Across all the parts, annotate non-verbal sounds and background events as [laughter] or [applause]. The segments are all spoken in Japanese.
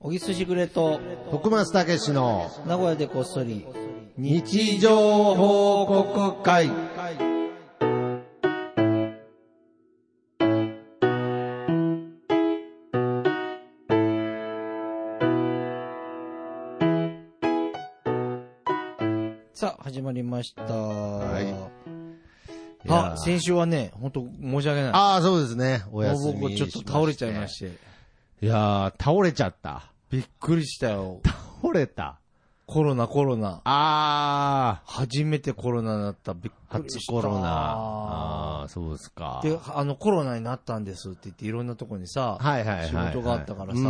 おぎすしぐれと、徳松たけしの名古屋でこっそり。日常報告会。さあ、始まりました。いいやあ、ー先週はね、本当申し訳ない。ああ、そうですね。おもう休み僕ちょっと倒れちゃいまた。して。いやー、倒れちゃった。びっくりしたよ。倒れた。コロナコロナ。あ初めてコロナになった。びっー、くり初した。コロナ。ああー、そうですか。で、あの、コロナになったんですって言って、いろんなとこにさ、はいはいはいはい。仕事があったからさうー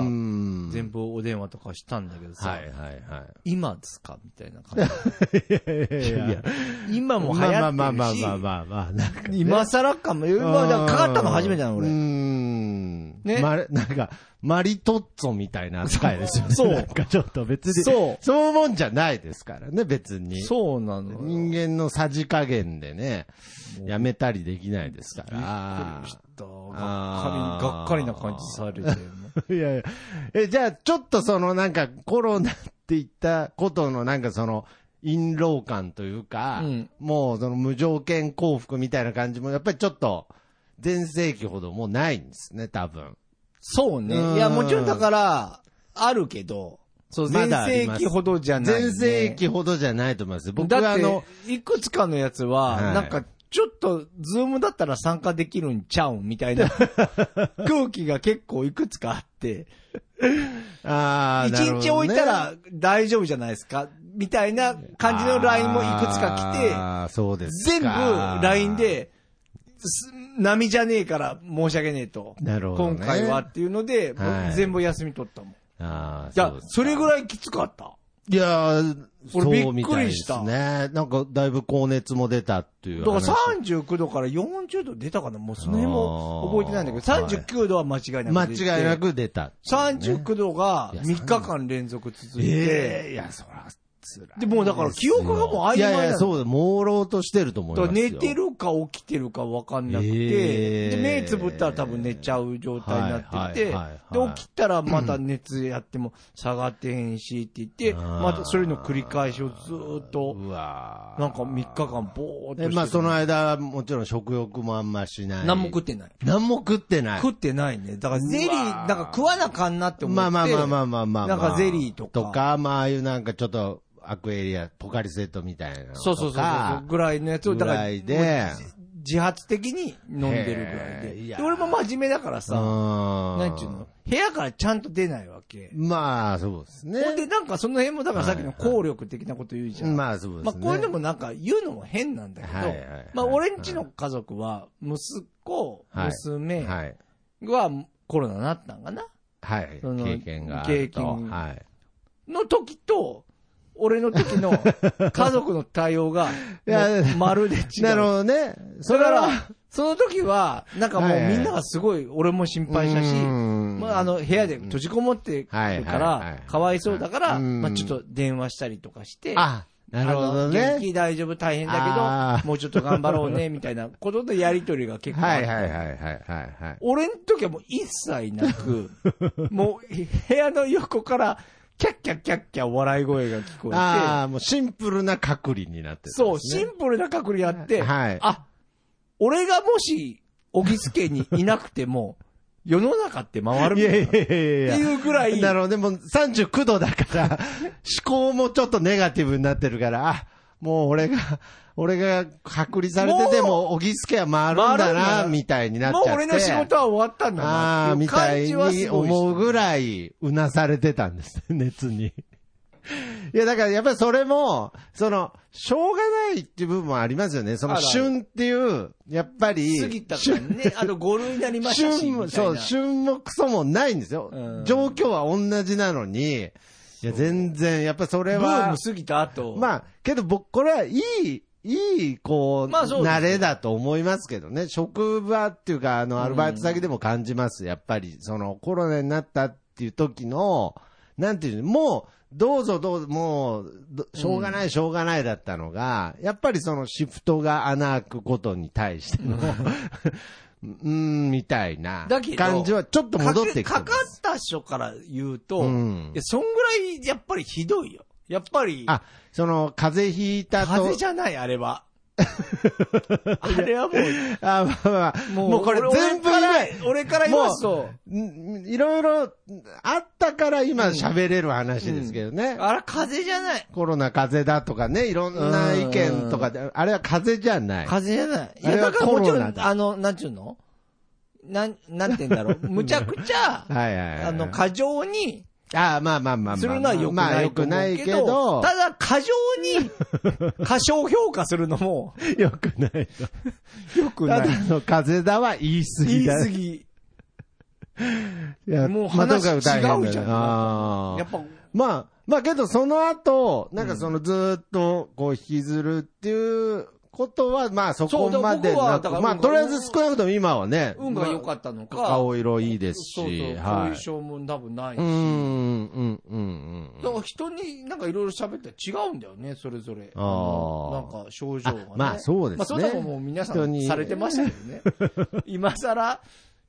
ん全部お電話とかしたんだけどさ、はいはいは今ですかみたいな感い。じ。いやいや、今も流行ってるし、まあまあまあまあまあまあ、なんかね今更かも。まあ、だからかかったの初めてなの、うー俺。ん。ねね。ま、なんか、マリトッツォみたいな扱いですよ [laughs] ね。そうなんかちょっと別に。そうそういうもんじゃないですからね、別に。そうなのよ。人間のさじ加減でね、やめたりできないですから。だがっあかーり、がっかりな感じされてるいやいや。え、じゃあ、ちょっとそのなんかコロナって言ったことのなんかその、陰謀感というか、うんもうその無条件幸福みたいな感じも、やっぱりちょっと、前世紀ほどもうないんですね、多分。そうねうんいや、もちろんだから、あるけど、そう、ま前だあり世ます紀ほどじゃない、ね。全盛期ほどじゃないと思います。僕はだあっての、、いくつかのやつはは、いなんか、ちょっと、ズームだったら参加できるんちゃうんみたい [laughs] な空気が結構いくつかあって、ああ、一なるほどね日置いた、ら大丈夫じゃないですかみたいな感じの LINE もいくつか来て、ああ、そうです全か。部 LINE。で、す波じゃねえから申し訳ねえと。なるほどね今回はっていうので、僕はい全部休み取ったもん。いああ、やう、ですそれぐらいきつかった。いやー、俺そうみたいですびっくりね。なんか、だいぶ高熱も出たっていうだ話。から39度から40度出たかなもうその辺も覚えてないんだけあーど、39度は間違いなく間出て違いな。く出た。 39度がいや3日間連続続いええて、いや、そら、つらい。で、もうだから記憶がもう曖昧いやいなや、のそうだ、朦朧としてると思いだまからすよ。寝てるか起きてるか分かんなくて、えでー目つぶったら多分寝ちゃう状態になってて、はいはいはいはいで起きたらまた熱やっても下がってへんしって言って、あーまたそれの繰り返しをずーっと、うわーなんか3日間ぼーっとしてえ、るまあ、その間はもちろん食欲もあんましない。何も食ってない。何も食ってない。食ってないね。だからゼリー、うわなんーか食わなかんなって思って。まあまあまあまあまあまあまあ。なんかゼリーとかとか、まあ、ああいうなんかちょっと、アクエリア、ポカリセットみたいなのとか。そうそうそうそう。ぐらいのやつを、だから、ぐらいでもうじ自発的に飲んでるぐらいへーいで。やで俺も真面目だからうさ、ん。なんちゅうの部屋からちゃんと出ないわけ。まあ、そうですね。ほんで、なんかその辺も、だからさっきの効力的なこと言うじゃん。まあ、そうでますね。あ、こういうのもなんか言うのも変なんだけど、はいはいはいまあ、俺んちの家族は、息子、はい娘ははい。コロナになったんかなはい。その経験があると。経験はい。の時と、俺の時 [laughs] の家族の対応が、いやもうまるで違う。なるほどね。そだれかは、ら、その時は、なんかもはういはいみんながすごい、俺も心配したし、うんまあ、あの、部屋で閉じこもってるはいかはいはいら、かわいそうだから、うんまあ、ちょっと電話したりとかして、あ、なるほどあのね元。気大丈夫大変だあけーど、もうちょっと頑張ろうね、み [laughs] たいなことのやりとりが結構あはっいた。はいはいはいはいはい。俺の時はもう一切な [laughs] く、もう部屋の横から、キャッキャッキャッキャ笑い声が聞こえああ、もうシンプルな隔離になってて、る、そう、シンプルな隔離やって、はいあ、俺がもし、小木助にいなくても、 [laughs] 世の中って回るいみたやいいな。ってやいやいや。いうぐらい、なるほどね。もう39度だから、思考もちょっとネガティブになってるから、あ、もう俺が、 [laughs] 俺が隔離されてても、おぎすけは回るんだ回な、るんだなみたいになっもうちゃって。俺の仕事は終わったんだあなっあ、ていみうた感いじはにすごいした思うぐらい、うなされてたんですね、熱 [laughs] に。いや、だからやっぱりそれも、その、しょうがないっていう部分もありますよね。そあのるある旬っていう、やっぱり、過ぎたから [laughs] ね、あと5類になりましたし、旬みも、たいそう、な。旬もクソもないんですようん。状況は同じなのに、いや、全然、やっぱそれブーはム、過ぎた後。まあ、あ、けど僕、これはいい、いい、こう、まあそうですね慣れだと思いますけどね。職場っていうか、あの、アルバイト先でも感じます。やっぱり、その、コロナになったっていう時の、なんていうの、もう、どうぞどうぞ、もう、どしょうがない、しょうがないだ [laughs] ったのが、やっぱりそのシフトが穴開くことに対しての、ううん、みたいなだけど感じはちょっと戻ってきてかまけかかす。った人から言うと、うんいやそんぐらいやっぱりひどいよ。やっぱり、あ、その、風邪ひいた風と邪。じゃない、あれは。 [laughs] あれはもう、あ、まあまあ、もうこれ俺全部俺か、今ら俺から言いますと、んいろいろあったから今喋れる話ですけどね。あれ風邪じゃない。コロナ風邪だとかね、いろんな意見とかで、あれは風邪じゃない。風邪じゃない。いあや、れはだからもちろコロナん、だあの、なんちゅうのなん、なんて言うんだろう。むちゃくちゃ、 [laughs] はいはいはい。あの、過剰に、あまあまあまあまあ。するのは良くまなあい良とく思なういけけど、ど、ただ過剰 [laughs] に、過小評価するのも、良くない。良くたない。だの風邪だは言い過言ぎいだ。過ぎ。いやもうまあ話とにかく大変だね違うじゃんあやーっぱ、まあ、まあけどその後、なんかそのずーっとこう引きずるっていうことは、まあそこまでそうだから僕はだなくからまあ運がとりあえず少なくとも今はね、運が良かったのか、まあ青色いいですし、そうそう、は後遺い。症も多分ないし。うーん、うん、うん、うん。だから人になんかいろいろ喋ったら違うんだよね、それぞれ。あーのなんか症状が、ねあ。まあそうですねまあそれももう皆さ人んにされてましたけどね。今さら、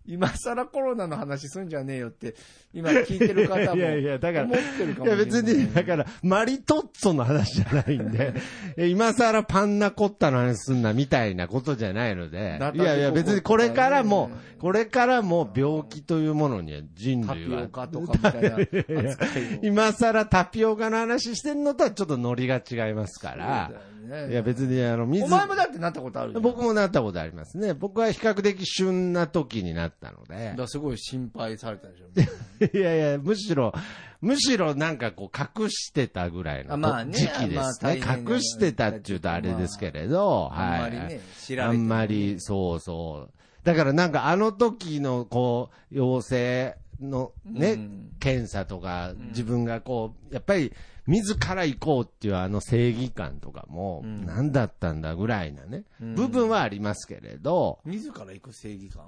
今さらコロナの話すんじゃねえよって、今聞いてる方も思ってるかもしれいやないい。やだからいや別に、だから、マリトッツォの話じゃない [laughs] んで、え今更パンナコッタの話すんなみたいなことじゃないのでナタ、いデココやいや別にこれからともかね、これからも病気というものには人タ類ピオは、カとかみたいな扱いを。今更タピオカの話してんのとはちょっとノリが違いますから、そうだよねいや別にあの、水お、前もだってなったことあるじゃん僕もなったことありますね。僕は比較的旬な時になったのでだか。らすごい心配されたでしょ。 [laughs] いやいや、むしろ、むしろなんかこう隠してたぐらいあのまあね時期ですね。まあ大変だね隠してたっていうとあれですけれど、あんまはい。りね、知らあれてんまり、そうそう。だからなんかあの時のこう、陽性のね、うん検査とか、自分がこう、やっぱり自ら行こうっていうあの正義感とかも、うん何だったんだぐらいなね、うん部分はありますけれど、自ら行く正義感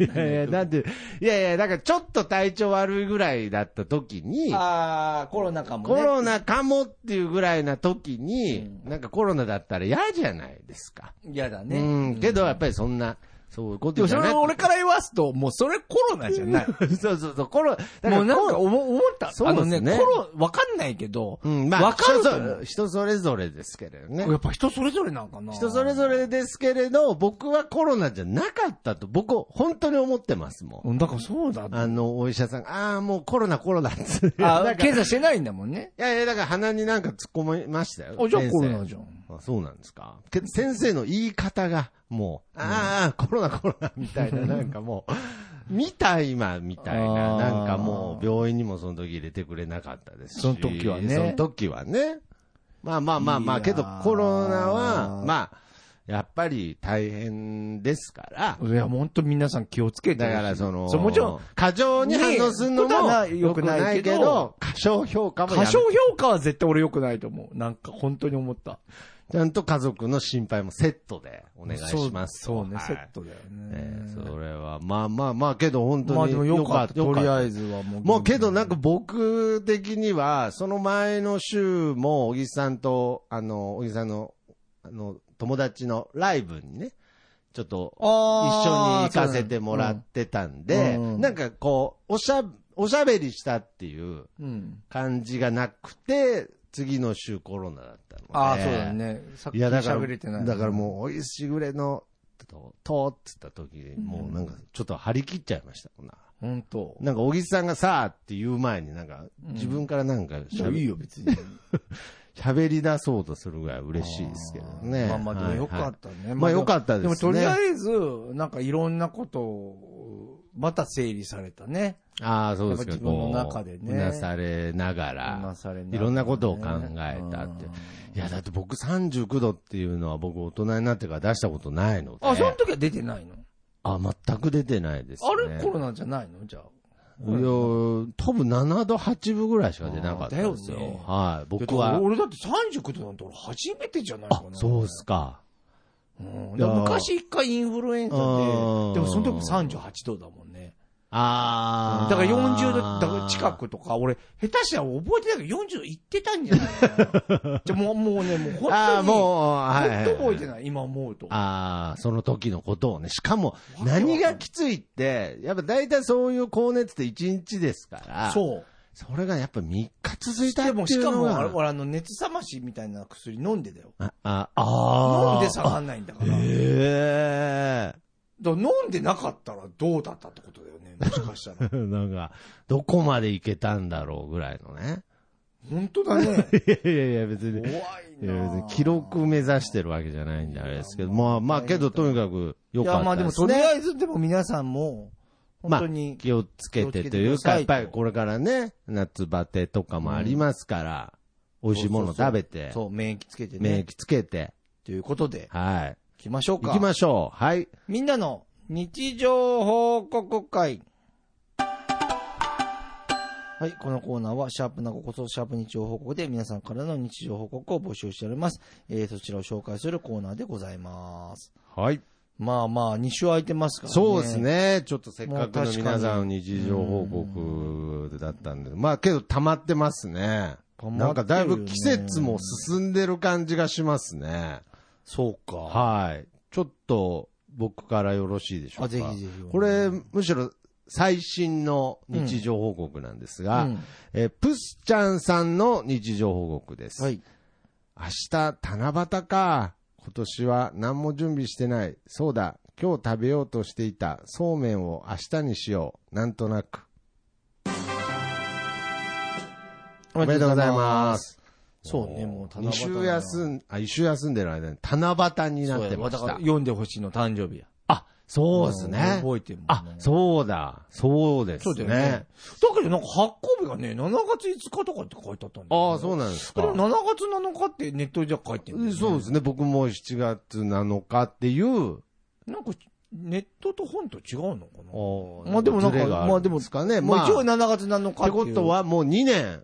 いやいや、だって、いやいや、だからちょっと体調悪いぐらいだった時に、ああ、コロナかもコね。ロナかもっていうぐらいな時に、うなんかコロナだったら嫌じゃないですか。嫌だね。うん、けどやっぱりそんな、そういうこでともじそゃなれい。を俺から言わすと、もうそれコロナじゃない。そうそうそう、コロ、だからもうなんコかロ思思った。そうあでのすねね、コロ、わかんないけど、うん、まあ、わかると人思そう人それぞれですけれどねや。っぱ人それぞれなんかな。人それぞれですけれど、僕はコロナじゃなかったと、僕、本当に思ってますもん。うん。だからそう [laughs] だ。あの、お医者さんが、ああ、もうコロナコロナって。あなんか検査してないんだもんね。いやいや、だから鼻になんか突っ込みましたよ。あ、じゃあ先生コロナじゃん。あそうなんですか。けど先生の言い方が、もう、ああ、コロナコロナみたいな、なんかもう、 [laughs] 見た今みたいあな、ーなんかもう、病院にもその時入れてくれなかったですし。その時はねその時はね。まあまあまあまいあ、やーけどコロナは、まあ、やっぱり大変ですから、いや、ほんと皆さん気をつけてだほしい。からその、そうもちろん、過剰に反応するのねえことはもない良くないけど良過小評価も過やめ小評価は絶対俺良くないと思う。なんか本当に思った。ちゃんと家族の心配もセットでお願いします。そうそうね、はいセットだよえねえ。それは、まあまあまあ、けど本当に。まあでも良かった。とりあず。えずはもう。もうけどなんか僕的には、その前の週も、小木さんと、あの、小木さんの、あの、友達のライブにね、ちょっと、一緒に行かせてもらってたんで、うんうんなんかこう、おしゃ、おしゃべりしたっていううん。感じがなくて、次の週コロナだったので。ああ、そうだよね。さっきいや、だから、喋れてない。だからもう、おいしぐれの、と、と、つった時に、もうなんか、ちょっと張り切っちゃいましたもんな。う。本当。なんか、小木さんがさあって言う前に、なんか、自分からなんかしゃべ、いいよ、別に。喋り出そうとするぐらい嬉しいですけどね。まあまあ、でもよかはいはっいたね。まあ良かったですねでもとりあえず、なんかいろんなことを、また整理されたね。ああ、そうですけやど、っぱ自分の中でねうなされながうらなされながらねいろんなことを考えたって。うんいや、だって僕39度っていうのは僕大人になってから出したことないので。あ、その時は出てないのあ全く出てないです、ね。あれコロナじゃないのじゃあ。いや、多分7度8分ぐらいしか出なかったんですあーよ。だよねはい。僕は。俺だって39度なんて俺初めてじゃないかあな。、そうっすか。うん。だから昔一回インフルエンザで、であーもその時も38度だもんね。あだーから40度だから近くとか、俺、下手したら覚えてないけど、40度いってたんじゃないか [laughs] なじゃあもう、もうね、もう本あ当あ、に、もう、はいは本いは当い。覚えてない、今思うと。ああ、その時のことをね。しかも、わけわかんない何がきついって、やっぱ大体そういう高熱って1日ですから、そう。それがやっぱ3日続いたってでいうのも、が。しかも、あれ俺、あの、熱冷ましみたいな薬飲んでだよ。あ、ああー。飲んで下がんないんだから。えだから飲んでなかったらどうだったってことだよ [laughs] ね、もしかしたらえ。なんか、どこまでいけたんだろうぐらいのね。本当だね。 [laughs] いやいやいや、別に怖い。いや別なに記録目指してるわけじゃないんであれですけど、いやまあまあけどとにかく良いかや、まっあたででも、すとりね。あえず、でも皆さんも、本当に、気をつけてと気いをうつけてくださか、いやっぱりこれからね、夏バテとかもありますから、美味しいもの食べて、そう、免疫つけて免ね。疫つけて、ということで、は行きましょうい。か。行きましょう。はい。みんなの日常報告会。はい、このコーナーは、シャープなここそ、シャープ日常報告で皆さんからの日常報告を募集しております。えー、そちらを紹介するコーナーでございます。はい。まあまあ、2週空いてますからね。そうです。ね。ちょっとせっかくもうの確かに皆さんの日常報告だったんで、まあけど溜まってますね。溜まってるねなんかだいぶ季節も進んでる感じがしますね。そうか。はい。ちょっと僕からよろしいでしょうか。あ、ぜひぜひ。これ、うむしろ最新の日常報告なんですが、んえープスちゃんさんの日常報告です。はい。明日、七夕か。今年は何も準備してない。そうだ、今日食べようとしていたそうめんを明日にしよう。なんとなく。お。おめでとうございますす。そうね、もう2週ん休ん、あ、1週休んでる間に七夕になってまだしからた。読んでほしいの誕生日や。あ、そうですね。覚えてるもんねあ、そうだ。そうですそうだよね。ね。だけどなんか発行日がね、7月5日とかって書いてあったんだよね、ああ、そうなんですこか。れ7月7日ってネットじゃ書いてるんだよ、ね。そうですね。僕も7月7日っていう、なんか、ネットと本と違うのかなままあでもなんかまあでもですかね。もうまあ、一応っ7月7日っててことはもう2年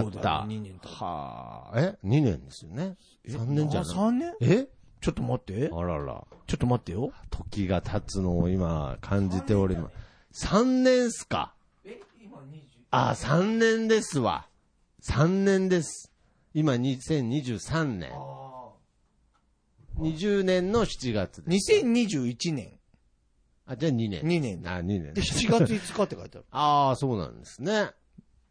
そっうだた。 2年経ったはあ、え ?2 年ですよね。3年じゃない。 3年えちょっと待って。あらら。ちょっと待ってよ。時が経つのを今感じております。3年っすかえ、今20。ああ、3年ですわ。3年です。今2023年。あ20年の7月あ。です。 2021年。あ、じゃあ2年。 2年あ、2年。で、7月5日って書いてある。[laughs] [laughs] ああ、そうなんですね。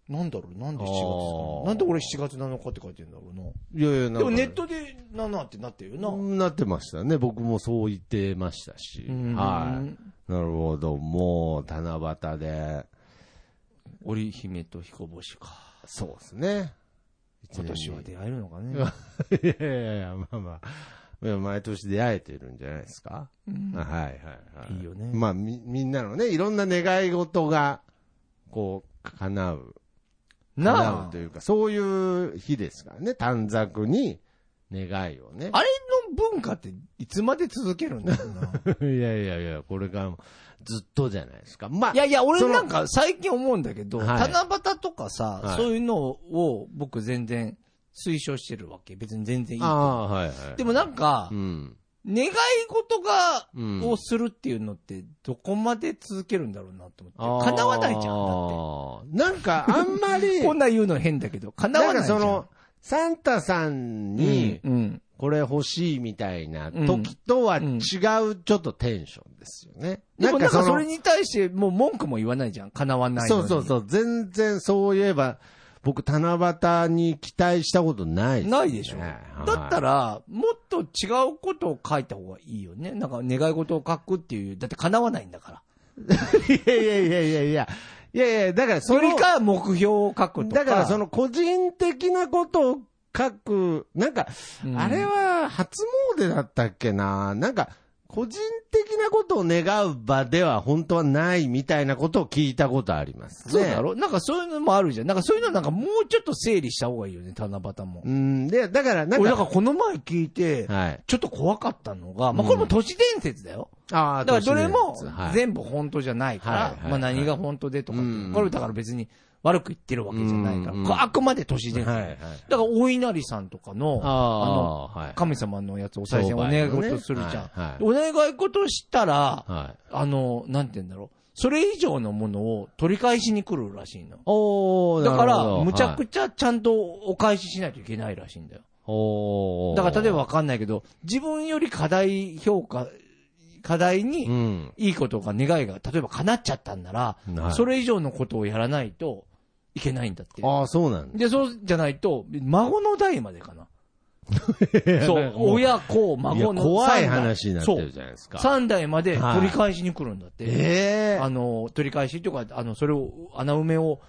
なんだろうなんで7月あーかなんで俺7月7日って書いてんだろうな。いやいや、なんかでもネットで7ってなってるよな。なってましたね。僕もそう言ってましたし。うんはい。なるほど。もう、七夕で。織姫と彦星か。そうですね。今年は出会えるのかね。いやいやいや、まあまあ。いや毎年出会えてるんじゃないですか。はいはいはい。いいよねまあ、み、みんなのね、いろんな願い事が、こう、叶う。叶なあうと。いうか、そういう日ですからね。短冊に願いをね。あれの文化っていつまで続けるんだろうな。 [laughs] いやいやいや、これからもずっとじゃないですか。まあ [laughs] い、やいや、俺そのなんか最近思うんだけど、はい七夕とかさ、はいそういうのを僕全然推奨してるわけ。別に全然いいけあど。あ、はいはい。でもなんか、うん。願い事が、うんをするっていうのって、どこまで続けるんだろうなと思って。叶わないじゃん、だっん。だって。なんか、あんまり、て。 [laughs] こんな言うの変だけど、叶なわんなかいじゃそん。の、サンタさうんん、に、うん。これ欲しいみたいな時とは違う、ちょっとテンションですよね。でもなんかそれにに対してもう文句も言わないじゃん。叶わないのそに。うそうう。そう。全然そういえば、僕、七夕に期待したことない、ないでしょ。だったら、ら、もっと違うことを書いた方がいいよね。なんか願い事を書くっていう。だって叶わないんだから。いやいやいやいやいや。いやいや、だからそそのれか目標を書くとか。だからそ、の個人的なことを書く、なんか、うんあれは初詣だったっけななんか、個人的なことを願う場では本当はないみたいなことを聞いたことありますね。そうだろ、なんかそういうのもあるじゃん。なんかそういうのなんかもうちょっと整理した方がいいよね、七夕もう。ん、で、だからなん俺か、なんかこの前聞いて、はい。ちょっと怖かったのが、まあこれも都市伝説だよ。ああだからどれもはい、全部本当じゃないから、はいはいまあ何が本当でとかっていううんこれだから別に悪く言ってるわけじゃないから、うんうんこれあくまで都市伝説。はいはいだから、お稲荷さんとかの、ああー、はい。神様のやつお賽銭お商願売いのね事するじゃん。はいお願い事したら、はい。あの、なんて言うんだろう。それ以上のものを取り返しに来るらしいの。おー、だかなるら、ほどむちゃはくいちゃちゃんとお返ししないといけないらしいんだよ。おーだから、例えばわかんないけど、自分より課題評価、課題にう、ん。いいことが、願いが、例えば叶っちゃったんなら、はいそれ以上のことをやらないといけないんだって。ああ、そうなんだ。で、そうじゃないと、孫の代まで [laughs] かな。そう、もう親子、孫いのや怖い三代話になってるじゃないですか。そう、3代まで取り返しに来るんだって。ええあの、取り返しというか、あの、それを、穴埋めを、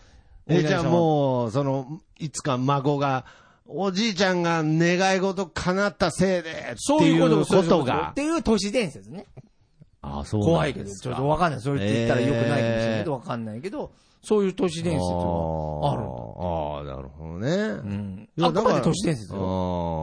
え、じゃあもう、その、いつか孫が、おじいちゃんが願い事叶ったせいで、そっうていいうことうそうこいうとっが。ていう都市伝説ね。ああ、そうなん怖いけど、ですちょかっとわかんない。それって言ったらよくないかもしれないけど、えわかんないけど、そういう都市伝説はあるんだ。あーあー、なるほどね。うん。いやあくまで都市伝説あよ。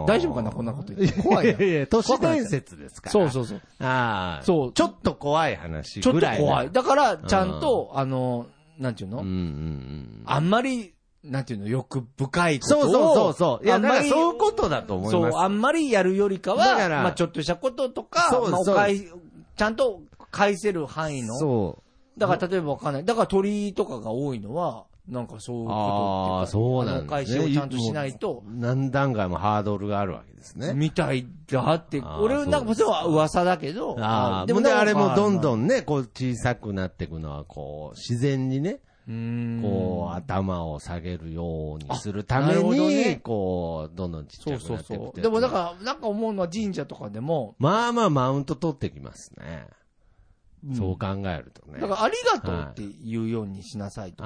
ー大丈夫かな、こんなこと言って。怖いな。 [laughs] いやいや、都市伝説ですから。そうそうそう。う。ああ。そうちょっと怖い話ちょっぐとらいな。怖い。だから、ちゃんと、あの、なんていうの、うんうんうん。あんまり、なんていうの欲深いことをそうそうそうそう。いあや、んだまからりそういうことだと思いそまう、す。あんまりやるよりかだは、からまあちょっとしたこととか、そうですまあおそう返しちゃんと返せる範囲の。そう。だから例えばわかんない。だから鳥とかが多いのは、なんかそういうことっていうかああ、そうなんあのおで返すしね。をちゃんとしないと、何段階もハードルがあるわけですね。みたいだって、あー俺なんかそれは噂だけど、ああ、ででももね、あれもどんどん、んね、こう小さくなっていくのは、こう、自然にね、うーんこう、頭を下げるようにするためあなるほどに、ねこう、どんどんちっちそゃうくそなうっていくっそう。てやつでもだから、なんか思うのは神社とかでも、まあまあマウント取ってきますね。そう考えるとね。だから、ありがとうって言うようにしなさいと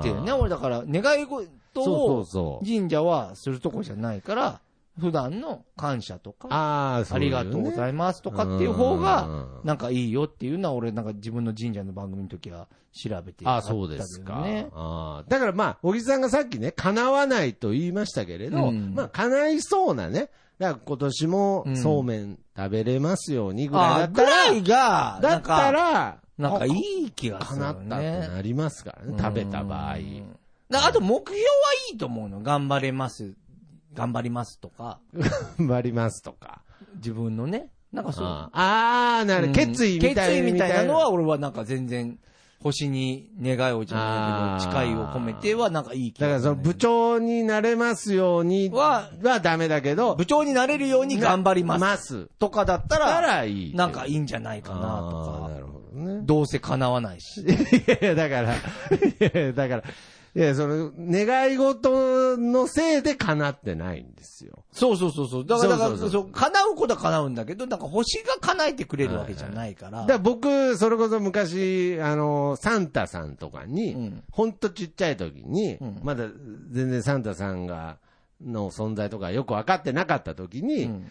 かあ言ってね。俺、だから、願い事そうをそうそう。神社はするとこじゃないから、普段の感謝とか、ああ、そあういりうねがとうございますとかっていう方うんが、なんかいいよっていうのは、俺、なんか自分の神社の番組の時は調べてあやあ、ったけどそうですか。ねああだからまあ、小木さんがさっきね、叶わないと言いましたけれうど、んまあ、叶いそうなね、だから今年もうんそうめん食べれますようにぐらいだあっぐたら、らいが、だった、なんからなんかいいい気がする叶よったってね。なりますからね、食べた場合う。んだからあと目標はいいと思うの。頑張れます。頑張りますとか、頑張りますとか。自分のね。なんかそう。ああ、なうんる、決意みたいな。決意みたいなのは、俺はなんか全然、星に願いをじゃないけど、あー誓いを込めてはなんかいい気だがからその部部長になれますようにはは、ダメだけど、部長になれるように頑張ります。ます。とかだった、かららいい。なんかいいいんじゃないかなとか。なるほどね。どうせ叶わないし。 [laughs] いやいや、だから、いやいや、だから、いや、その、願い事のせいで叶ってないんですよ。そうそうそう。そうだから、だからそうそうそうそう叶うことは叶うんだけど、なんか星が叶えてくれるわけじゃないから。だから僕、それこそ昔、あの、サンタさんとかに、うんほんとちっちゃい時に、うんまだ全然サンタさんが、の存在とかよく分かってなかった時に、うん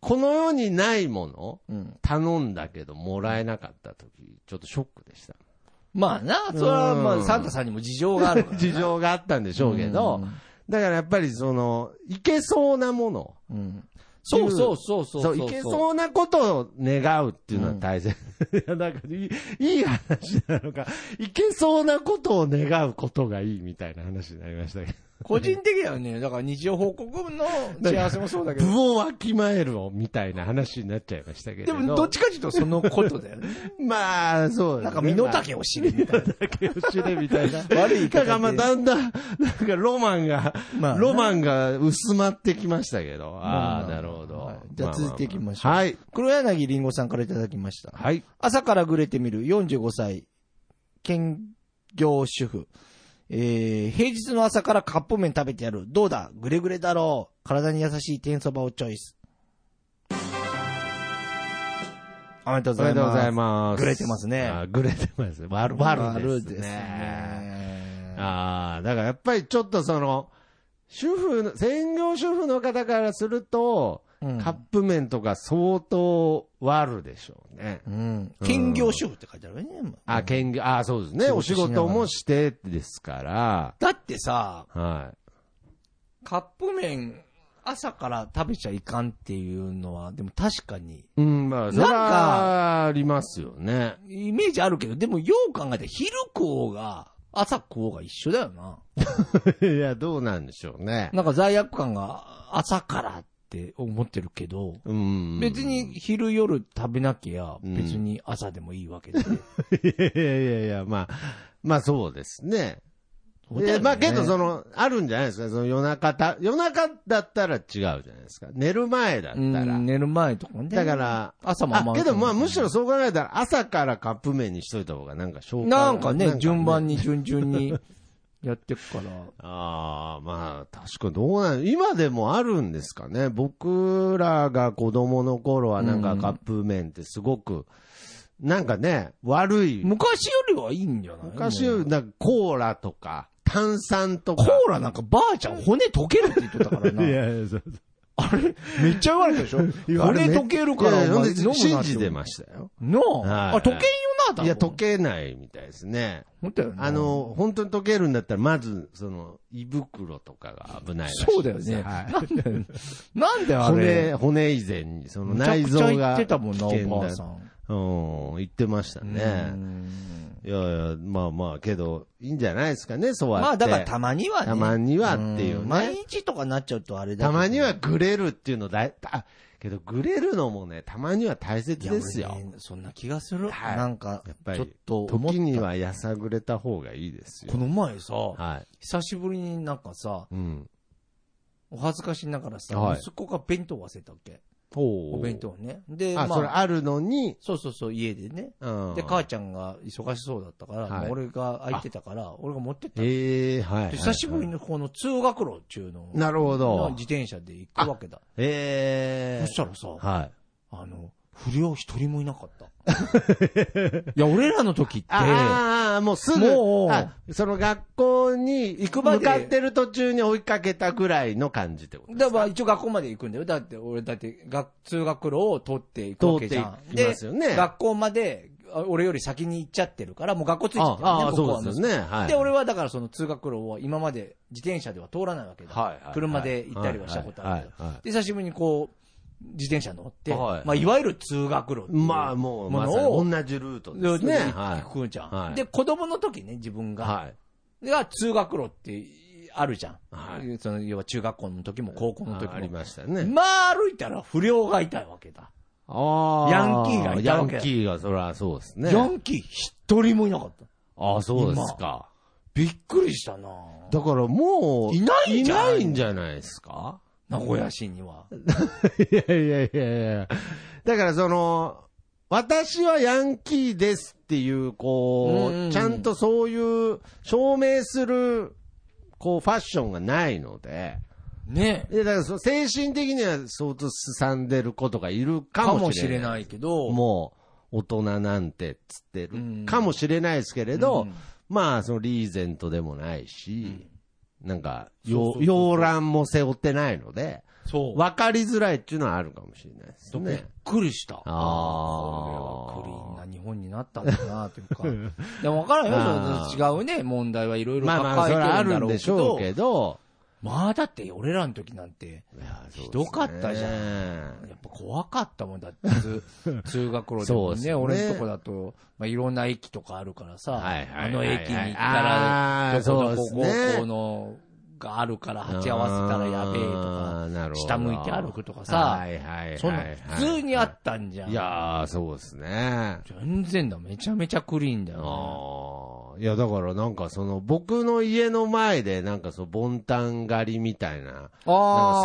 この世にないもの、うん頼んだけどもらえなかった時、ちょっとショックでした。まあな、それはまうあ、んサンタさんにも事情があるからな。事情があったんでしょうけど、うんだからやっぱりその、いけそうなもの、うんそうそうそうそう。そう、いけそうなことを願うっていうのは大切。 [laughs] いや、なんかいい、いい話なのか、いけそうなことを願うことがいいみたいな話になりましたけど。個人的にはね、だから日常報告の [laughs] 幸せもそうだけど、部をわきまえるをみたいな話になっちゃいましたけ [laughs] れでど。もどっちかというと [laughs] そのことだよね。まあ、そうですなねんか身の丈を知るみたいな。まあ身の丈を知るみたいな。 [laughs] 悪い言い方だからまあ、だんだん、なんかロマンが、まあロマンが薄まってきましたけど。まあああ、なるほどはい。じゃあ続いていきましょうまあまあまあはい。 [laughs] 黒柳りんごさんからいただきました。はい。朝からぐれてみる45歳、兼業主婦。えー、平日の朝からカップ麺食べてやる。どうだぐれぐれだろう。体に優しい天そばをチョイス。おめでとうございまおめでとうございす。ます。ぐれてますねあぐれてます。わる、わバるルでですすね。ね。ああ、だからやっぱりちょっとその、主婦の、専業主婦の方からすると、うんカップ麺とか相当悪でしょうね。うん。兼業主婦って書いてあるよね。あ、兼業、あそうですね。仕お事し仕ながら事もしてですから、だってさ、はい。カップ麺朝から食べちゃいかんっていうのは、でも確かに、うん、まあ、それなんかはありますよね。イメージあるけど、でもよう考えたら昼食おうが、朝食おうが一緒だよな。 [laughs] いや、どうなんでしょうね。なんか罪悪感が朝からって思ってるけど、うん。別に昼夜食べなきゃうん別に朝でもいいわけで。 [laughs] いやいやいやいや、まあ、まあそうですね。そうだよねえまあけど、その、あるんじゃないですか。その夜中た、夜中だったら違うじゃないですか。寝る前だったうら。ん寝る前とかね。だから、朝もあんあま、けどまあむしろそう考えたら朝からカップ麺にしといた方がなんか消化なんかね、順番に順々にやってく [laughs] から。ああ、まあ、確かにどうなん、今でもあるんですかね。僕らが子供の頃はなんかカップ麺ってすごく、なんかね、悪い。昔よりはいいんじゃない昔もうなんかコーラとか、炭酸とコか。ーラなんかばあちゃん骨溶けるって言ってたからな。 [laughs] やいや、そうあれ、 [laughs] めっちゃ言われたでしょ言わ骨れるね溶けるからお前飲むなって。信じてましたよ。なあ、あはい溶けんよな、多分。いや、溶けないみたいですね。ほんとだよなあ、の、本当に溶けるんだったら、まず、その、胃袋とかが危ないらしいです。そうだよね。はいなんで、なんであれ。骨、骨以前に、そのめちゃ内くちゃ臓言っがて危たもんな、険おばあださ。ん。うん、言ってましたうね。んいやいや、まあまあ、けど、いいんじゃないですかね、そうやって。まあだからたまにはね。たまにはっていうねん毎日とかなっちゃうとあれだけどたまにはグレるっていうのだい、あけど、グレるのもね、たまには大切ですいやよ。俺ねそんな気がする。はいなんかやっ、ぱちょっり、と思っ時にた。はやさぐれた方がいいですよこ。の前さ、は久しぶりになんかさ、い。うん。お恥ずかしながらさ、はい息子が弁当忘れたわけ。おお弁。当ね。で、あ、まそれあ、あるのに、そうそうそう、家でね。うん。で、母ちゃんが忙しそうだったから、はいもう俺が空いてたから、俺が持ってったの。ええはい。で久しぶりはいのこの通学路っていうのはいなるほを、ど自。転車で行くわけだ。ええそしたらさ、はい。あの、不良一人もいなか [laughs] った。いや、俺らの時って、ああ、もうすぐもうあ、その学校に行くまで向かってる途中に追いかけたぐらいの感じってことだから一応学校まで行くんだよ。だって俺、だって学通学路を通っていくわ通けっじていゃきん。ますよね。学校まで、あ俺より先に行っちゃってるから、もう学校ついてあきてるあね、ー、ここはそうですよね。はい。で、俺はだからその通学路を今まで自転車では通らないわけだ。はいはいはい車で行ったりはしたことあるけどはいはいはいで、久しぶりにこう、自転車乗って、はいまあ、いわゆる通学路っていうまあもう、もまのさを、に同じルート行ですね。はくじゃん、はいで、子供の時ね、自分い。が。はい。が通学路ってあるじゃん。はその要は中学校の時も高校の時も。ありましたね。まあ歩いたら不良がいたわけだ。ああ。ヤンキーがいたわけヤンキーが、そりゃそうですね。ヤンキー一人もいなかった。ああ、そうですか。びっくりしたなだからもう、いないんじゃないいないんじゃないですか名古屋市には。いやいやいやいや。だからその、私はヤンキーですっていう、こうんうんう、ちゃんとそういう、証明する、こう、ファッションがないので、ねでだからその精神的には相当すさんでる子とかいるかかももししれれない。ないけど、もう、大人なんてっつってうんるかもしれないですけれど、うんまあ、そのリーゼントでもないし、なんか、そうよそうそうそう洋蘭も背負ってないので、そう。分かりづらいっていうのはあるかもしれないですびっね。くりした。あーこれはクリーンな日本になったんだな、と [laughs] いうか。でも分からんよあ、その違うね、問題はいろいろまあまあ、抱それえはあてるるんんだろうでけしょどう、けど、まあだって俺らの時なんて、いやそうですねひどかったじゃんやっぱ怖かったもんだって、通 [laughs] 通学路でそもうでねすね俺のとこだと、まあ、いろんな駅とかあるからさ、はいはいはいはあいの駅に行ったら、あーどこどこそうですね高校のがあるから、鉢合わせたらやべえとか、あーなるほど下向いて歩くとかさはいはいはいはいそんなん普通にあったんじゃん。いやー、そうですね。全然だ、めちゃめちゃクリーンだよああ。いや、だからなんかその、僕の家の前で、なんかその、ボンタン狩りみたいな、なんね。かスあ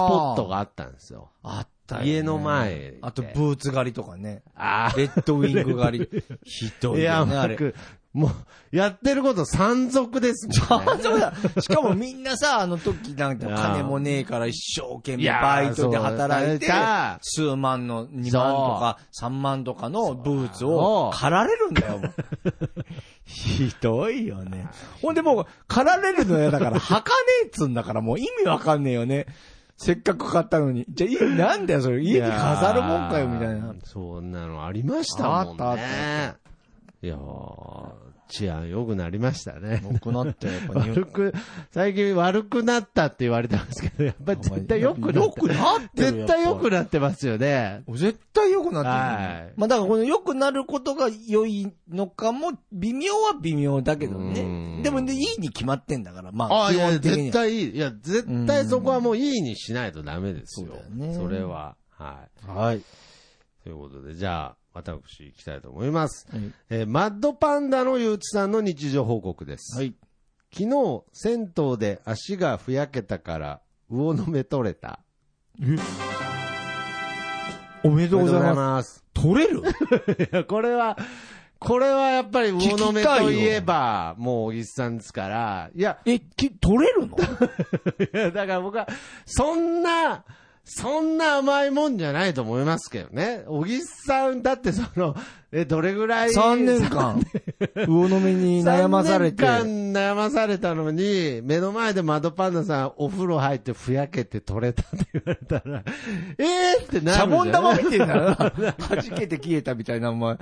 ポット。があったんですよ。あったよ、家の前であと、ブーツ狩りとかね。あレッドウィング狩り。ひどあ。いいや、よね、あれ。僕、もう、やってること山賊ですも [laughs] んね。そうだ。しかもみんなさ、あの時なんか金もねえから一生懸命バイトで働いていや、数万の2万とか3万とかのブーツをそう狩られるんだよ。もうひどいよね。ほんでもう、狩られるのやだから、履かねえっつうんだからもう意味わかんねえよね。せっかく買ったのに。じゃあ、いなんだよ、それ。家に飾るもんかよ、みたいやな。ーそんなのありましたもんね。あったあったいやー治安良くなりましたね。良くなって、やっぱ日悪く、最近悪くなったって言われてますけど、やっ [laughs] ぱり絶対良くな良っくて、なってる絶対良くななってますよね。絶対良くなってる。はいまあだからこの良くなることが良いのかも、微妙は微妙だけどうねん。でもね、いいに決まってんだから、まあ、あい基や、本的に絶は。対いい。いや、絶対そこはもういいにしないとダメですよ。そうだよねそれは。はい。はい。ということで、じゃあ、私行きたいと思います。はいえーマッドパンダのゆうちさんの日常報告です。はい。昨日、銭湯で足がふやけたから、魚の目取れた。おめでおとうございます。ます。取れるいやこれは、これはやっぱり魚の目といえば、もう小木さんですから、いや、 [laughs] え、き取れるのいやだから僕は、そんな、そんな甘いもんじゃないと思いますけどね。小木さん、だってその、え、どれぐらい ?3 年間、魚の目に悩まされて。 3年間悩まされたのに、目の前でマドパンダさん、お風呂入ってふやけて取れたって言われたら、 [laughs] えーってなるじゃん。シャボン玉見てんだよな。 [laughs] 弾けて消えたみたいな、お前。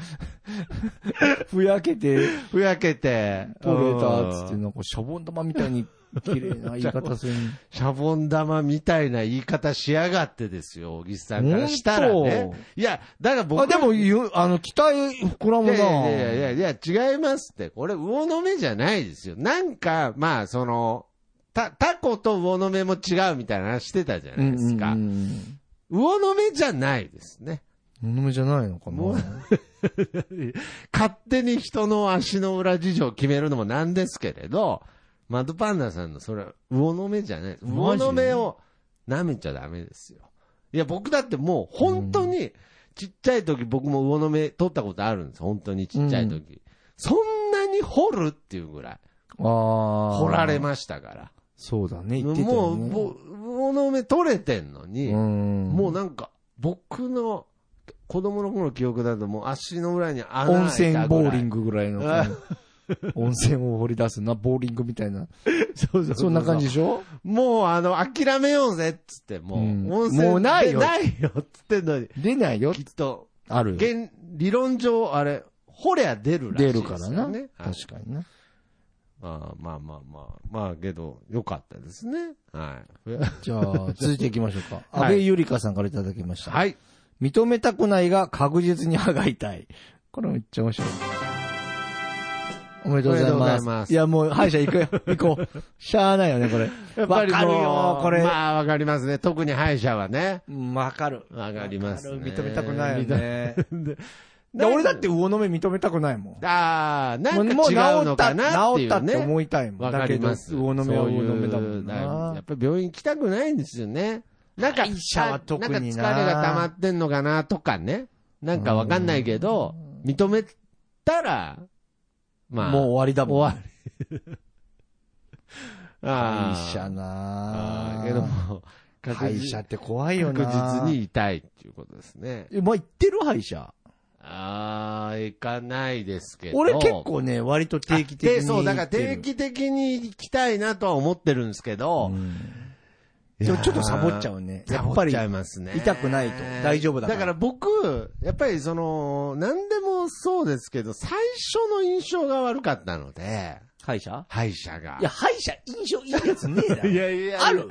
[laughs] ふやけて、ふやけて、取れた、つって、うんなんかシャボン玉みたいに綺麗な言い方する。シャボン玉みたいな言い方しやがってですよ、小木さんからしたらね本。いや、だから僕あ、でも、ゆあの、期待膨らいむなやいやいやいやいや、違いますって。これ、魚の目じゃないですよ。なんか、まあ、その、た、タコと魚の目も違うみたいな話してたじゃうなんいでうすんか。うん。魚の目じゃないですね。物目じゃないのかなもう勝手に人の足の裏事情を決めるのもなんですけれど、マドパンダさんのそれは魚の目じゃないです。マジ魚の目を舐めちゃダメですよ。いや、僕だってもう本当に、ちっちゃい時僕も魚の目取ったことあるんです。本当にちっちゃい時。そんなに掘るっていうぐらい。ああ。掘られましたから。そうだね、言ってたもよう、ね。もう魚の目取れてんのに、んもうなんか、僕の子供の頃の記憶だともう足の裏に穴温開い泉たぐらいボーリングぐらいの感じ。温泉を掘り出すな、ボーリングみたいな。そうそううそんな感じでしょもう、あの、諦めようぜっつって、もう、うん温泉もうないよでないよっつってんのに、出ないよきっ、と、あるよ。現、理論上、あれ、掘りゃ出るらしい出でするよ、ね。からな。はい確かにな。まあまあまあまあ、まあけど、よかったですね。はい。じゃあ、続いていきましょうか。はい安倍ゆりかさんからいただきました。はい。認めたくないが確実に歯が痛い。これめっちゃ面白い。おめでとうございおめでとうござまいす。ますいや、もう歯医者行 [laughs] くよ。行こう。しゃあないよね、これ。わかるよ、これ。まあ、わかりますね。特に歯医者はね。うんわかる。わかりますねわかる認めたくないよ [laughs] ね。でなんか俺だって魚の目認めたくないもん。ああ、なんか違うもう治っのた、かなって治いったうってね。思いたいもわん。かだけりど、ます。魚の目はそうい魚うの目だもんな。やっぱり病院行きたくないんですよね。なん歯か、医者は特になんか疲れが溜まってんのかなとかね。なんかわかんないけど、認めたら、まあ、もう終わりだもん。終わり。歯あ医者なあああけども、歯医者って怖いよ確な実に痛いっていうことですね。えまあ、行ってる歯医者。ああ、行かないですけど。俺結構ね、割と定期的に行ってでる。そう、だから定期的に行きたいなとは思ってるんですけど、でもちょっとサボっちゃうね。ややっっぱぱりり。。痛痛くないと大丈夫だからだから僕、やっぱりその、何でもそうですけど、最初の印象が悪かったので、歯医者歯医者が。いや、歯医者印象いいやつねえだろ。 [laughs] いやいやある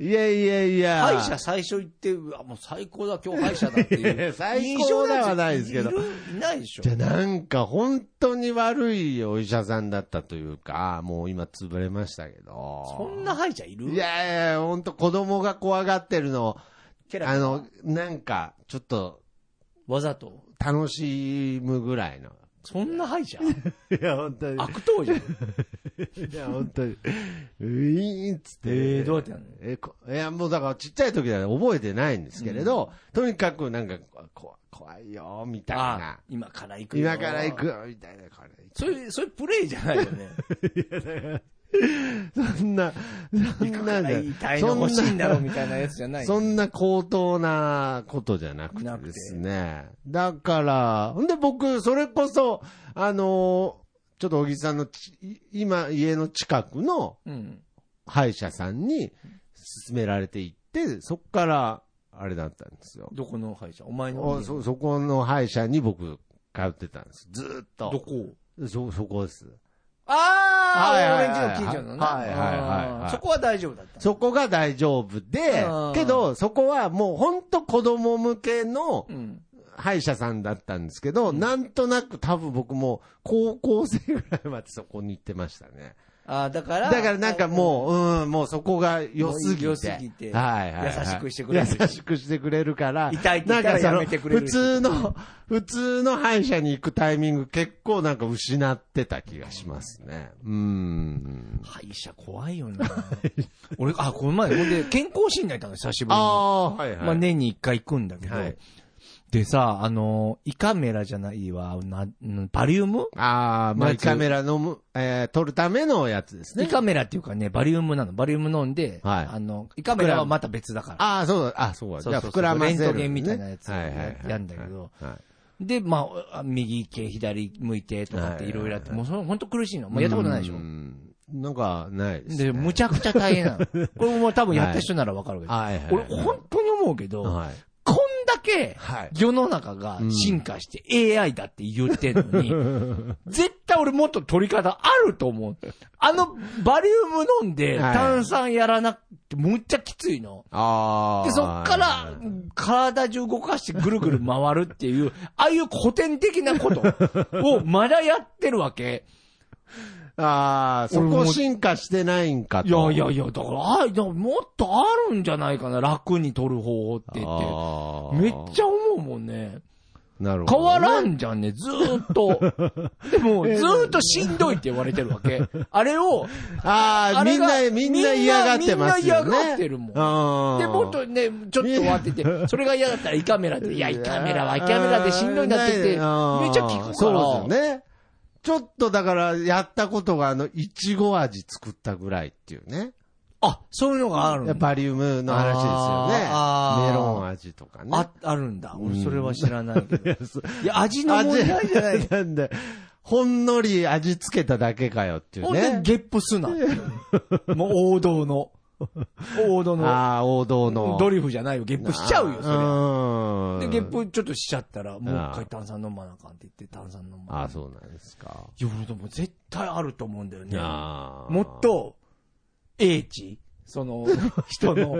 いやいやいや。歯医者最初行って、うわもう最高だ、今日歯医者だってい [laughs] やいいう。や最高ではないですけど印象のやついるいないでしょじ。ゃ、なんか本当に悪いお医者さんだったというか、もう今潰れましたけど。そんな歯医者いるいやいや、ほんと子供が怖がってるの、ケラあの、なんか、ちょっと、わざと。楽しむぐらいの。そんな歯医者いや、本当に。悪党 [laughs] じゃん。いや、本当に。ういーんっつって。えーどうやってやんのえこいや、もうだからちっちゃい時は覚えてないんですけれど、とにかくなんか、こ怖いよ、みたいあな。今から行くよ。今から行く。よ、みたいな。これそういう、そういうプレイじゃないよね。そんな、そ行んく [laughs] なかんらじゃ痛いの欲しいんだろみたいなやつじゃない。そんな高等なことじゃなくてですね。だから、ほんで僕、それこそ、あのーちょっと小木さんのち、い今、家の近くのうん。歯医者さんに勧められていって、そっから、あれだったんですよ。どこの歯医者お前のお家そ、そこの歯医者に僕、通ってたんです。ずーっと。どこそ、そこです。あはいー、はい俺んはいちの近所のね。はいはいはいはいそこは大丈夫だった。そこが大丈夫でうん、けど、そこはもうほんと子供向けのうん。歯医者さんだったんですけど、なんとなく多分僕も高校生ぐらいまでそこに行ってましたね。あーだから。だからなんかもう、うん、もうそこが良すぎて。良すぎてはいはいはい優しくしてくれる優しくしてくれるから。痛いって言ったらやめてくれるなんかその普通の、普通の歯医者に行くタイミング結構なんか失ってた気がしますね。うん。歯医者怖いよな。 [laughs] 俺、あ、この前、ほんで、健康診断行ったの、久しぶりに。ああー、はいはい。まあ、年に一回行くんだけど。はいでさ、あの、胃カメラじゃないわ、な、んバリウムああ、のマやイつカメラのむ、えー撮るためのやつです胃ね。カメラっていうかね、バリウムなの。バリウム飲んで、はいあの、胃カメラはまた別だから。ああ、そうだ、あそうだ。そうじゃそうあそう膨らませる、ね。レントゲンみたいなやつをはいはいはいややんだけどはいはいで、まあ、右行け、左向いてとかっていろいろやって、もうその、ほんと苦しいの。もうやったことないでしょう。んなんか、ないです、ね。で、むちゃくちゃ大変なの。これも多分やった人ならわかるけど。はいはい。俺、本当に思うけど、はい。こんだけ、はい。世の中が進化して AI だって言ってるのに、 [laughs] 絶対俺もっと取り方あると思う。あの、バリウム飲んではい炭酸やらなくて、むっちゃきついの。ああ。で、そっから、体中動かしてぐるぐる回るっていう、 [laughs] ああいう古典的なことをまだやってるわけ。ああ、そ俺もこ進化して [laughs] ないんかと。いやいやいや、だから、ああ、でももっとあるんじゃないかな、楽に取る方法って言って。あーめっちゃ思うもんね。なるほど変ね、わらんじゃんね、ずーっ [laughs] と。でも、ずーっとしんどいって言われてるわけ。あれを、ああ、あみれんがな、みんな嫌がってますよね。みんな嫌がってるもんんで、もっとね、ちょっと終わってて、それが嫌だったら胃カメラで、いや、胃カメラは胃カメラでしんどいなって言って、めっちゃ効くから。そうですよね。ちょっとだから、やったことが、あの、いちご味作ったぐらいっていうね。あ、そういうのがあるんだ。バリウムの話ですよあーね。あーメロン味とかね。あ、あるんだ。俺、それは知らないけど。いや、味の問味題じゃない。 [laughs] なんで、ほんのり味付けただけかよっていほうんでね、。ゲップすな。もう王道の。王道の。ああ、王道の。ドリリフじゃないよ。ゲップしちゃうよ、それ。そで、ゲップちょっとしちゃったら、もう一あ回あ炭酸飲まなあかんって言って、炭酸飲まなあああ、かん。そうなんですか。いや、俺でも絶対あると思うんだよね。ああもっ、と、英知、その、人 [laughs] の、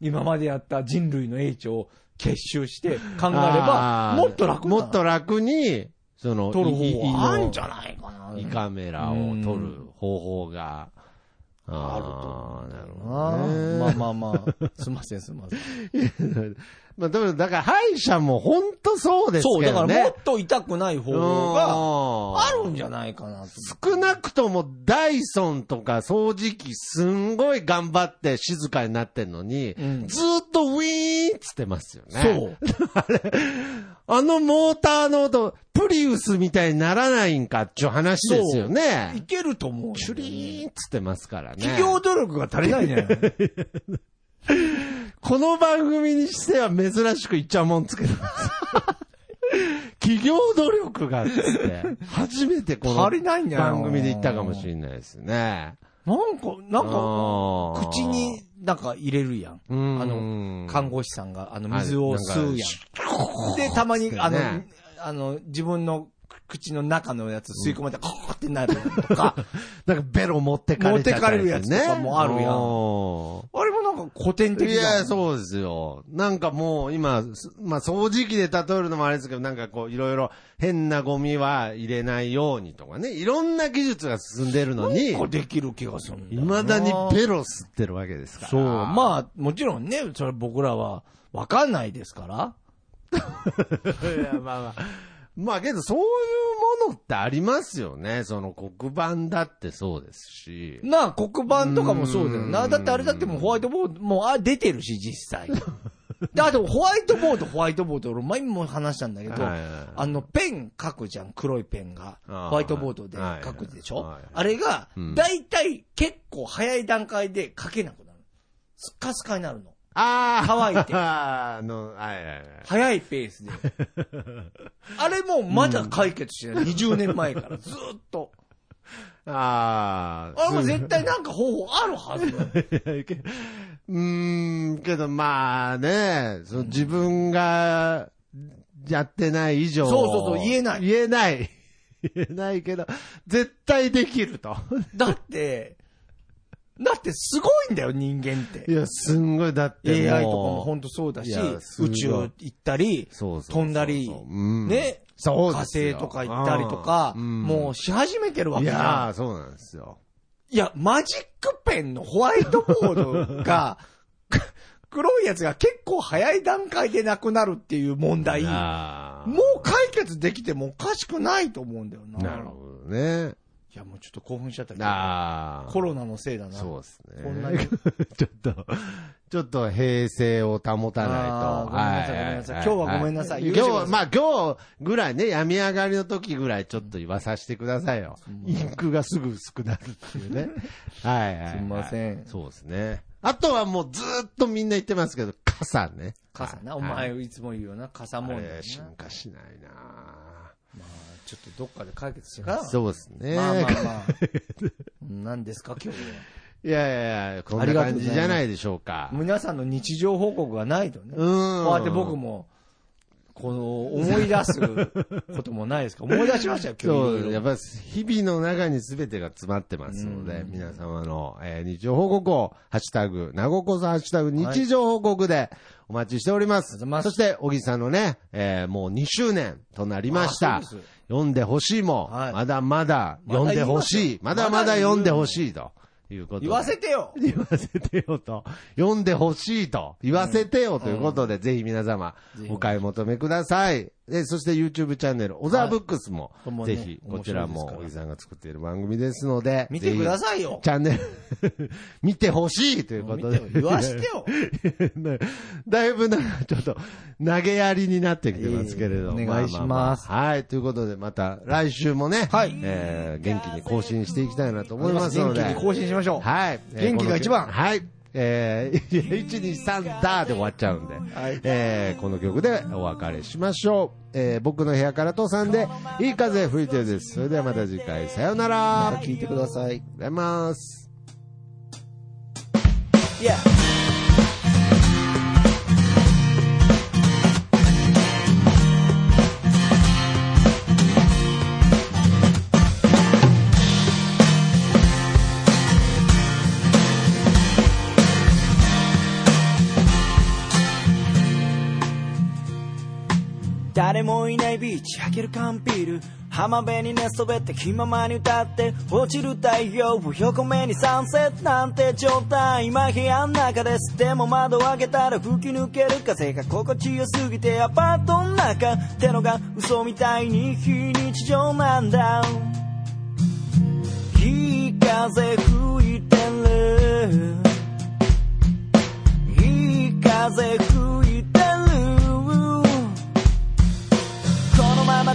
今までやった人類の英知を結集して考えれば、あーもっと楽なもっと楽に、その、取るいい方法いのはあるんじゃないかな。胃カメラを撮る方法が、あるとああ、なるあほーど、ね。まあまあまあ、すんませんすんません。 [laughs] まあ、だから、だから歯医者も本当そうですそう、けだかどらもねっ。と痛くない方法があるんじゃないかなと。うん少なくともダイソンとか掃除機すんごい頑張って静かになってんのに、うんずーっとウィーンっつってますよね。そう。あのモーターの音、プリウスみたいにならないんかっていう話ですよいね。けると思うよね。チュリーンっつってますからね。企業努力が足りないね。この番組にしては珍しくいっちゃうもんつけたんです。 [laughs] 企業努力がっつって、初めてこの足りないんだよ番組で言ったかもしれないですね。なんか、なんか、あー口に、なんか入れるやん。うんあの、看護師さんが、あの、水を吸うやん。で、たまに、あのね、あの、自分の口の中のやつ吸い込まれて、コーってなるとか、 [laughs] なんかベロ持ってかれちゃったり持ってかれるやつとかもあるやんん。あれもなんか古典的いだもや、んそうですよ。なんかもう今、すまあ掃除機で例えるのもあれですけど、なんかこういろいろ変なゴミは入れないようにとかね、いろんな技術が進んでるのに、なんかできる気がするんだよな未だにベロ吸ってるわけですから。そう。まあ、もちろんね、それ僕らは、わかんないですから。あ。 [laughs] いや、まあまあ。まあけど、そういうものってありますよね。その黒板だってそうですし。なあ、黒板とかもそうだような。んだってあれだってもうホワイトボード、もうあ出てるし、実際。で、あとホワイトボード、ホワイトボード、俺前にも話したんだけど、はいはいはいあの、ペン書くじゃん、黒いペンが。ホあーワイトボードではい書くでしはいょはいあれがう、ん大体結構早い段階で書けなくなる。スッカスカになるの。ああ。乾いて [laughs] あの、はいはいはい。早いペー [laughs] スで。あれもまだ解決してない。20年前から、ずーっと。ああ。あれも絶対なんか方法あるはず [laughs] なのうーん、けどまあね、その自分が、やってない以上。そうそうそう言えない言えない。言えないけど、絶対でき [laughs] ると。だって、だってすごいんだよ、人間ってい。や、すんごい、だってもう AI とかも本当そうだしいや、すごい宇宙行ったり、そうそうそう飛んだり、うんね、そう火です星よとか行ったりとか、うんもうし始めてるわいけじゃやー、ん。そうなんですよ。いや、マジックペンのホワイトボードが、 [laughs] く黒いやつが結構早い段階でなくなるっていう問題、もあーう解決できてもおかしくないと思うんだよな。なるほどね。いや、もうちょっと興奮しちゃったけど、ああ。コロナのせいだな。そうですね。こんなに [laughs] ちょっと、ちょっと平静を保たないと。あーごめんなさいはごめんなさい今日はごめんなさい今許してくだ日さは、いまあ今日ぐらいね、病み上がりの時ぐらいちょっと言わさせてくださいよ。インクがすぐ薄くなるっていう [laughs] ね。はいはいはい。すみませんそうですね。あとはもうずーっとみんな言ってますけど、傘ね。傘な、はおい前いつも言うよな、傘あ問題なれ、。進化しないなまあ、ちょっとどっかで解決しなそうですね。まあまあまあ。 [laughs] 何ですか、今日は。 [laughs] いやいやいや、こあんりがなとうござい感ますじじゃないでしょうか。皆さんの日常報告がないとね。うこん。うやって僕も、この、思い出すこともない [laughs] ですか思い出しましたよ、今日そう、いろやいっろ。ぱり日々の中に全てが詰まってますので、皆様の、えー日常報告を、ハッシュタグ、なごこそハッシュタグ、はい日常報告でお待ちしております。ありがとうございますそして、小木さんのね、えーもう2周年となりましあたそうです。読んでほしいも、はいまだまだ読んでほしい、ままだ言いますよまだまだだ言う読んでほしいということで。言わせてよ言わせてよと、読んでほしいと、言わせてよということで、ぜひ皆様ぜひ、お買い求めください。で、そして YouTube チャンネル、小沢ブックスも、これもねぜひ、こちら面白も、いおでじすかさんが作っている番組ですので、見てくだい。さいよチャンネル、 [laughs] 見てほしいというこ見とてでよ。言わしてよ [laughs] ねだいぶなんかちょっと投げやりになってきてますけれども。いえいえお願いしますあああはい。ということで、また来週もね、はいえー元気に更新していきたいなと思いますので。元気に更新しましょう。はい。元気が一番えーこの曲はい。えー、いや1、2、3、だーで終わっちゃうんで、いえーこの曲でお別れしましょう。えー僕の部屋から父さんで、いい風吹いてるです。それではまた次回、さようなら。ありがと聞ういてください。ございます。 Yeah. 「誰もいないビーチ開ける缶ビール」「浜辺に寝そべって気ままに歌って」「落ちる太陽を横目にサンセットなんて状態」「今部屋の中です」「でも窓を開けたら吹き抜ける風が心地よすぎて」「アパートの中ってのが嘘みたいに非日常なんだ」「いい風吹いてる」「いい風吹いてる」このまま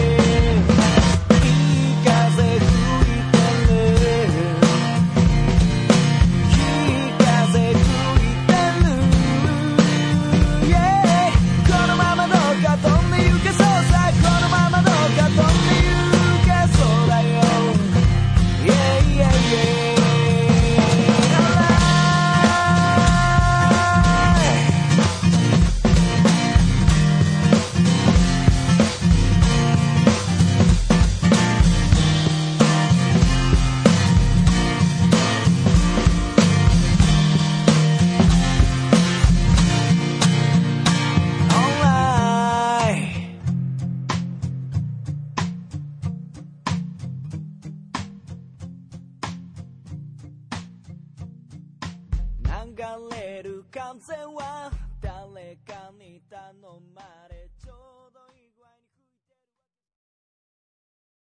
いい風吹いてるいい風吹いてる Yeah このままどうか飛んで行けそうさこのままどうか飛んで行けそうだよ Yeah, yeah, yeah. Alright. Alright.流れる風は誰かに頼まれ